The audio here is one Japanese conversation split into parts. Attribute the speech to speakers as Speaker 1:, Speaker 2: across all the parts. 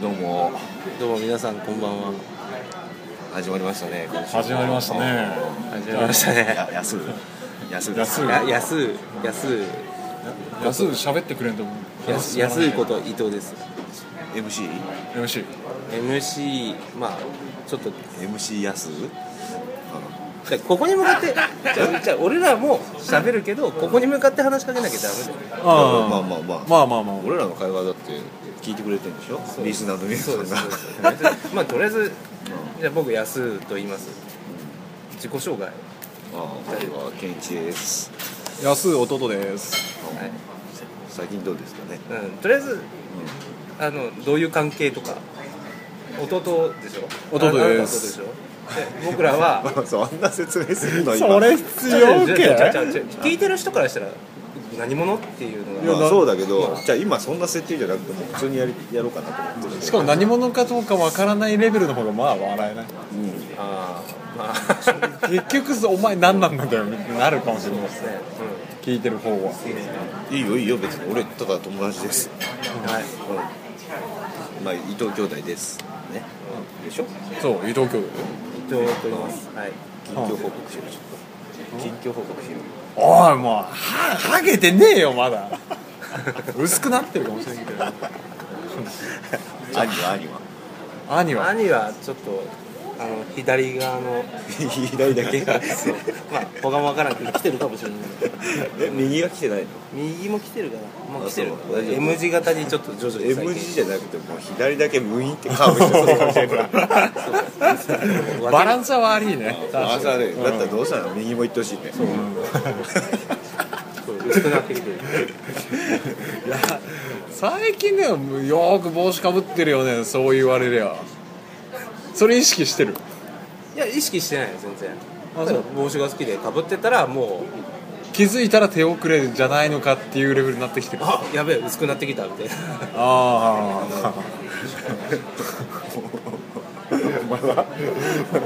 Speaker 1: どうも
Speaker 2: どうも皆さんこんばんは
Speaker 1: 始まりましたね今週も
Speaker 3: 始まりましたね
Speaker 2: 始まりましたね
Speaker 1: や安う安うです
Speaker 3: 安う
Speaker 2: や安う安う
Speaker 3: 安う喋ってくれんと思う
Speaker 2: 安安うこと伊藤です
Speaker 1: MC
Speaker 3: MC
Speaker 2: MC まあちょっと
Speaker 1: MC 安う
Speaker 2: じゃあここに向かってじゃあじゃあ俺らも喋るけどここに向かって話しかけなきゃダメだよ
Speaker 3: あ
Speaker 1: まあまあまあ
Speaker 3: まあまあまあ
Speaker 1: 俺らの会話だって聞いてくれてるんでしょリスナーの皆さ
Speaker 2: そうで
Speaker 1: ん
Speaker 2: す
Speaker 1: が
Speaker 2: そうですまあとりあえずじゃあ僕安うと言います自己紹介はい
Speaker 1: あ二人は健一です
Speaker 3: 安う弟です
Speaker 1: 最近どうですかね
Speaker 2: うんとりあえずあのどういう関係とか弟でしょ
Speaker 3: 弟
Speaker 2: ああなた弟
Speaker 3: で
Speaker 2: ですしょで僕らは
Speaker 1: まあそんな説明するの今
Speaker 3: それ必要
Speaker 2: 違う違う
Speaker 3: け
Speaker 2: 違う違う聞いてる人からしたら何者っていうの
Speaker 1: ま
Speaker 2: が
Speaker 1: あそうだけどじゃあ今そんな設定じゃなくてもう普通にやりやろうかなと思ってるんだけど
Speaker 3: しかも何者かどうかわからないレベルの方がまあ笑えない
Speaker 1: うん
Speaker 2: あーまあ
Speaker 3: 結局さお前何なんだよってなるかもしれない
Speaker 2: ね
Speaker 3: 聞いてる方は
Speaker 1: はいいよいいよ別に俺ただ友達です
Speaker 2: うんはい
Speaker 1: うんまあ伊藤兄弟ですねでしょ
Speaker 3: そう伊藤教
Speaker 2: 伊藤と言いますはい
Speaker 1: 近況報告しようちょっと近況報告しよう
Speaker 3: おいもうはハゲてねえよまだ薄くなってるかもしれんけど
Speaker 1: 兄は兄は
Speaker 3: 兄は
Speaker 2: 兄はちょっとあの左側の
Speaker 1: 左だけ
Speaker 2: まあ他も分からんけど来てるかもしれない
Speaker 1: え右が来てないの
Speaker 2: 右も来てるかなもう来てる
Speaker 1: あそう大丈夫
Speaker 2: M 字型にちょっと徐々に
Speaker 1: M 字じゃなくてもう左だけムインってカーブしてそうかもしれないから
Speaker 3: バランスは悪いね
Speaker 1: 朝ねだったらどうしたの右も行ってほしいね
Speaker 2: そう薄くなってきてる
Speaker 3: 最近ねよーく帽子かぶってるよねそう言われりゃそれ意識してる
Speaker 2: いや意識してないよ全然
Speaker 3: あそう
Speaker 2: 帽子が好きでかぶってたらもう
Speaker 3: 気づいたら手遅れじゃないのかっていうレベルになってきてるあ
Speaker 2: あやべえ薄くなってきたみたいな
Speaker 3: あ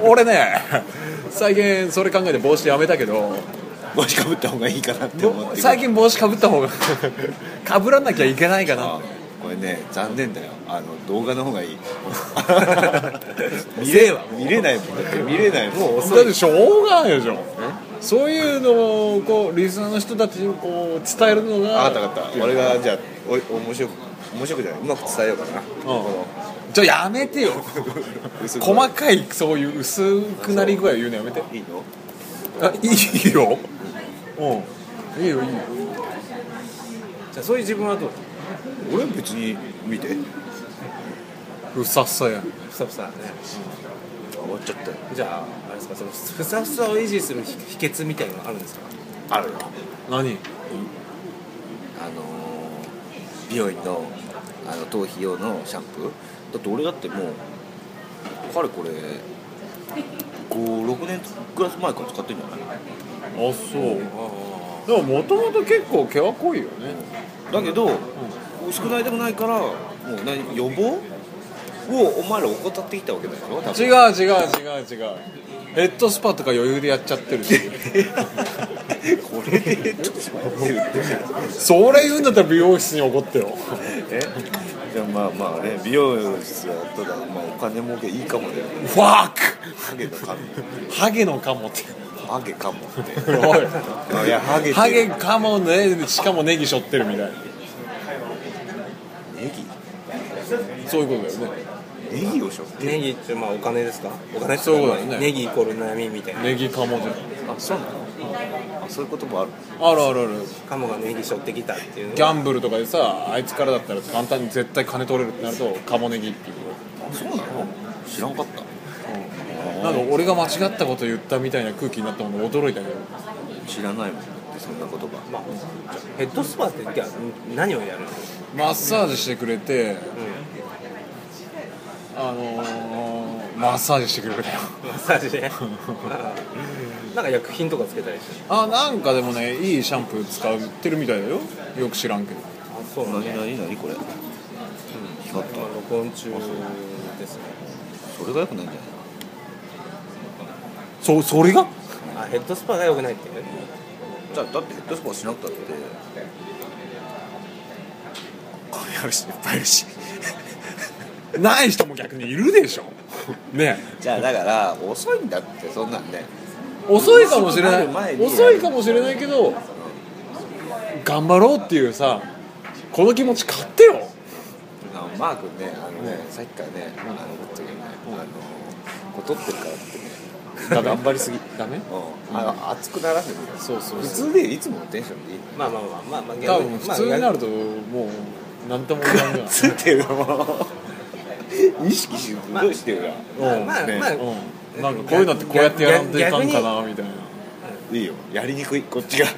Speaker 3: 俺ね最近それ考えて帽子やめたけど
Speaker 1: 帽子かぶった方がいいかなって思って
Speaker 3: 最近帽子かぶった方がかぶらなきゃいけないかな
Speaker 1: あ
Speaker 3: って
Speaker 1: これね残念だよあの動画の方がい い
Speaker 2: 見れは
Speaker 1: 見れないもんだって見れないもん
Speaker 2: もう
Speaker 3: だ
Speaker 2: 遅
Speaker 3: っ
Speaker 2: い
Speaker 3: てしょうがないでしょそういうのをこうリスナーの人たちにこう伝えるの
Speaker 1: 分
Speaker 3: が
Speaker 1: かった分かった俺がじゃあお面白く面白くじゃないうまく伝えようかな
Speaker 3: うんじゃあやめてよ
Speaker 1: 薄く
Speaker 3: 細かいそういう薄くなり具合を言うのやめて
Speaker 1: いいの
Speaker 3: あいいようんいいよいいよ
Speaker 2: じゃあそういう自分はどう
Speaker 1: 俺別に見て
Speaker 3: うさっさや
Speaker 2: ふさふさね
Speaker 1: 終わっちゃったよ
Speaker 2: じゃああれですかそのふさふさを維持する秘訣みたいなのあるんですか
Speaker 1: あるよ
Speaker 3: 何
Speaker 1: あのー美容院のあの頭皮用のシャンプーだって俺だってもうかれこれ56年ぐらい前から使ってんじゃない
Speaker 3: あそうでももともと結構毛は濃いよね
Speaker 1: だけど、少ないでもないからもう何予防をお前ら怠ってきたわけだよ多分
Speaker 3: 違う違う違う違うヘッドスパとか余裕でやっちゃってるし
Speaker 1: これでヘッドスパやってるって
Speaker 3: それ言うんだったら美容室に怒ってよ
Speaker 1: えじゃあまあまあね美容室はただ、まあ、お金儲けいいかもだよね
Speaker 3: ファック
Speaker 1: ハゲのかも
Speaker 3: ハゲのカモって
Speaker 1: ハゲかもって
Speaker 3: おい
Speaker 1: いやハゲ
Speaker 3: ハゲカモねしかもネギ背負ってるみたい
Speaker 1: ネ
Speaker 3: なそういうことだよね
Speaker 1: ギネギをしょ
Speaker 2: ネギってまあお金ですかお金って
Speaker 3: そういうことだよね
Speaker 2: ネギイコール悩みみたいな
Speaker 3: ネギカモじゃん
Speaker 1: あそうなのあそういうこともある
Speaker 3: あるあるある
Speaker 2: カモがネギ背負ってきたっていう
Speaker 3: ギ
Speaker 2: の
Speaker 3: ャンブルとかでさあいつからだったら簡単に絶対金取れるってなるとカモネギっていう
Speaker 1: あそうなの知らんかった
Speaker 3: なんか俺が間違ったこと言ったみたいな空気になったので驚いたけど
Speaker 1: 知らないもんだってそんな言葉
Speaker 2: まあヘッドスパってじゃあ何をやるの
Speaker 3: マッサージしてくれてあのー、マッサージしてくれるよ
Speaker 2: マッサージでなんか薬品とかつけたりして
Speaker 3: あなんかでもねいいシャンプー使ってるみたいだよよく知らんけど
Speaker 2: あそうなん
Speaker 1: 何
Speaker 2: だ
Speaker 1: 何何これ光った
Speaker 2: 今録音中ですね
Speaker 1: それがよくないんじゃない
Speaker 3: そそれが
Speaker 2: あヘッドスパが良くないってね
Speaker 1: じゃあだってヘッドスパしなくたって金あるしいっぱいあるし
Speaker 3: ない人も逆にいるでしょね
Speaker 1: じゃあだから遅いんだってそんなんね
Speaker 3: 遅いかもしれな
Speaker 1: 遅くなる前
Speaker 3: い
Speaker 1: に
Speaker 3: 遅いかもしれないけど頑張ろうっていうさこの気持ち買ってよ
Speaker 1: あのマー君ねあのねさっきからねあのぶっちゃけねあのこう撮ってるからってね
Speaker 3: ダメ頑張りすぎダメ
Speaker 1: うん、あの熱くならんでもいいよ
Speaker 3: そうそう
Speaker 1: 普
Speaker 3: そう
Speaker 1: 通でいいいつものテンショ ンでいいの
Speaker 2: まあまあまあまあまあ
Speaker 3: 多分普通になるともうなんとも言わんが
Speaker 1: つっていうのも 意識しすごいしてるから、
Speaker 2: まあまあ
Speaker 1: ね
Speaker 2: まあ
Speaker 3: うんなんかこういうのってこうやってやらんといかんかなみたい
Speaker 1: いいよやりにくいこっちが
Speaker 3: な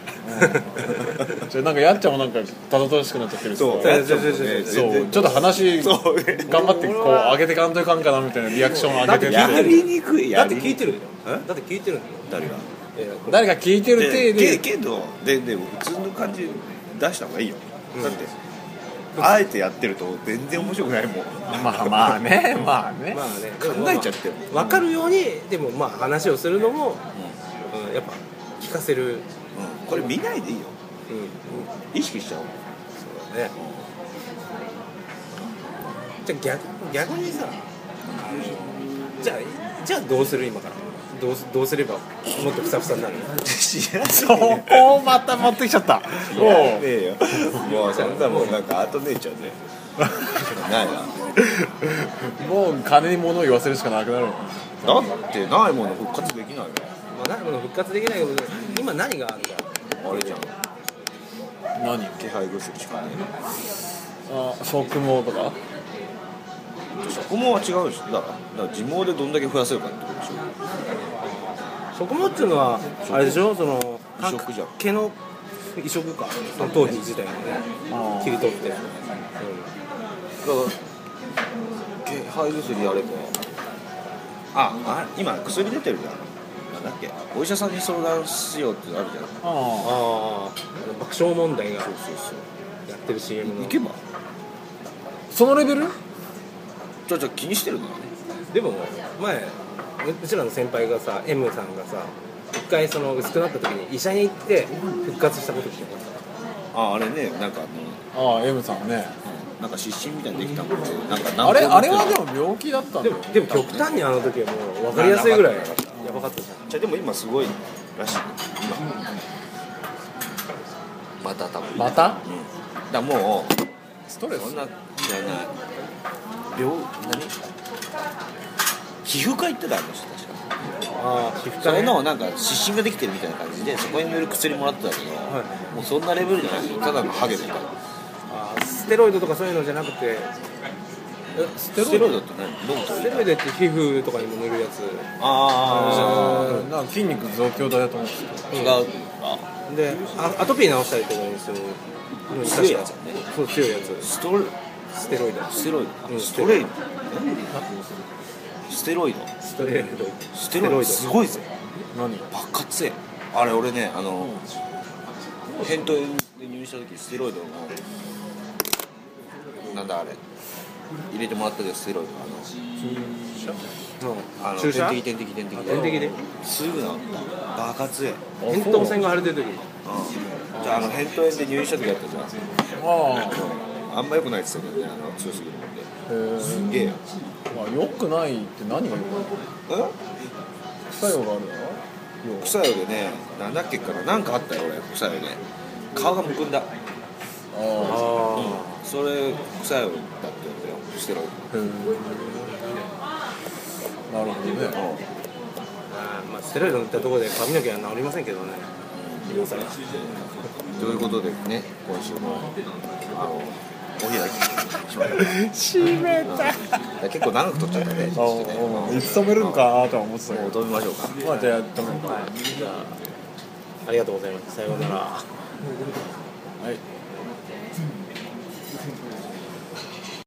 Speaker 3: じゃあなんかやっちゃんもなんかたどたどしくなっちゃってるし
Speaker 1: そう
Speaker 2: そう
Speaker 1: やっちゃうもんね
Speaker 3: そう
Speaker 1: 全
Speaker 3: ちょっと話
Speaker 1: 然
Speaker 3: 頑
Speaker 1: そうね
Speaker 3: 張ってこう上げてかんといかんかなみたいなリアクション上げて
Speaker 1: や
Speaker 3: て
Speaker 1: りにくい
Speaker 2: だ
Speaker 1: や
Speaker 2: っ
Speaker 1: りに
Speaker 2: て
Speaker 1: く
Speaker 2: 聞いてるよ
Speaker 1: え
Speaker 2: だって聞いてるんだ
Speaker 1: 誰
Speaker 2: よ
Speaker 1: が
Speaker 2: いやこれ
Speaker 3: 誰か聞いてる
Speaker 1: で
Speaker 3: 体で
Speaker 1: けけどででも普通の感じ出した方がいいよ、だってあえてやってると全然面白くないもん
Speaker 3: まあまあねまあね
Speaker 2: まあね
Speaker 1: 考えちゃってる
Speaker 2: 分かるようにでもまあ話をするのも、うんやっぱ聞かせる、
Speaker 1: うん、これ見ないでいいよ
Speaker 2: うん、
Speaker 1: 意識しちゃおう
Speaker 2: そうだねじゃあ逆逆にさじゃあじゃあどうする今からどうすどうすればもっとふさふさになる
Speaker 1: 知ら
Speaker 3: そこをまた持ってきちゃっ
Speaker 1: も
Speaker 3: た
Speaker 1: う
Speaker 3: も
Speaker 1: ねえよもうそんなもんなんか後ねえちゃうねないな
Speaker 3: うもう金に物を言わせるしかなくなるよ
Speaker 1: だってないもの復活できないよ
Speaker 2: まあ、なこの復活できないことで今何があるか
Speaker 1: あれじゃん
Speaker 3: 何
Speaker 1: 気配薬しかね
Speaker 3: あ食毛とか
Speaker 1: えそこもは違うでしょだからだから地毛でどんだけ増やせるかってことでしょ
Speaker 2: 食物っていうのはあれでしょその
Speaker 1: 移植じゃん
Speaker 2: 毛の移植かその頭皮自体をね
Speaker 3: あー
Speaker 2: 切り取って、うん
Speaker 1: だから気配薬やればああ今薬出てるじゃんなんだっけお医者さんに相談しようってあるじゃん
Speaker 3: あ
Speaker 2: ああ爆笑問題が
Speaker 1: そうそうそう
Speaker 2: やってる CM の
Speaker 1: 行けば
Speaker 3: あそのレベル
Speaker 1: ちょちょ気にしてるの
Speaker 2: でも前うちらの先輩がさ M さんがさ一回その薄くなった時に医者に行って復活したこと聞きました
Speaker 1: ああれねなんかあの
Speaker 3: ああ M さんね
Speaker 1: なんか湿疹みたいにできたもんねなんか
Speaker 3: あれあれはで
Speaker 1: も
Speaker 3: も病気だったんだ
Speaker 2: で
Speaker 3: よ
Speaker 2: もでも極端にあの時はもう分かりやすいぐらい
Speaker 1: な
Speaker 2: や
Speaker 1: んか
Speaker 2: ばかったじゃん
Speaker 1: じゃあでも今すごいらしい今また多分
Speaker 3: また
Speaker 1: うん、だからも
Speaker 3: ストレ
Speaker 1: う
Speaker 3: ス
Speaker 1: そんなじゃない病何皮膚科行ってたんですよ確か
Speaker 2: ああ皮膚
Speaker 1: そ
Speaker 2: 科
Speaker 1: れ
Speaker 2: ね
Speaker 1: のなんか湿疹ができてるみたいな感じでそこに塗る薬もらってたけど、
Speaker 2: は
Speaker 1: もうそんなレベルじゃないですよただのハゲとか
Speaker 2: あーステロイドとかそういうのじゃなくて
Speaker 1: ス
Speaker 3: テロイ
Speaker 1: テロイド
Speaker 3: ド
Speaker 1: って何どう
Speaker 2: ス
Speaker 1: す
Speaker 2: テ
Speaker 1: る
Speaker 2: ロイドって皮膚とかにも塗るやつ
Speaker 1: あ
Speaker 3: あーなんか筋肉増強剤だと思うんですよ
Speaker 1: あ違うあ
Speaker 2: であアトピー治したりとかにするのに
Speaker 1: 強いや
Speaker 2: 確か
Speaker 1: つね
Speaker 2: そう強いやつ
Speaker 1: ストレ
Speaker 2: ステロイド
Speaker 1: ステロイド、
Speaker 2: うん
Speaker 1: ストレイドステロイド
Speaker 2: ステロイド
Speaker 1: ステロイドすごいぜ
Speaker 3: 何
Speaker 1: 爆発性あれ俺ねあの扁桃炎で入院した時ステロイドのなんだあれ入れてもらったけどステロイドあのあの
Speaker 2: 注射
Speaker 1: 点滴点滴点滴
Speaker 2: 点滴です
Speaker 1: ぐなった爆発性
Speaker 2: 扁桃腺が腫れてる時
Speaker 1: うんじゃああの扁桃炎で入院した時やったじゃ
Speaker 3: ああ
Speaker 1: んあんま良くないって言ってたけどねあの強すぎるもんで
Speaker 3: へー
Speaker 1: すげえよ
Speaker 3: まあ良くないって何が良くない副作用があるだろ
Speaker 1: え副作用でねなんだっけかななんかあったよ俺副作用で顔がむくんだ
Speaker 3: あ
Speaker 2: あ
Speaker 1: それ副作用だったんだよステロイド
Speaker 3: あへえなるほどね
Speaker 2: あまあステロイド塗ったところで髪の毛は治りませんけどね皆さん
Speaker 1: ということでね、今週もあのお開きしまし
Speaker 3: 閉めた
Speaker 1: た。結構長く撮っちゃったね。ち
Speaker 3: あ
Speaker 1: ょっとね
Speaker 3: あいつ止めるんかなとは思ってたけ
Speaker 1: もう
Speaker 3: ど
Speaker 1: 止めましょうか。
Speaker 3: まあじゃあ止めるか
Speaker 2: じゃあありがとうございますさようなら
Speaker 3: はい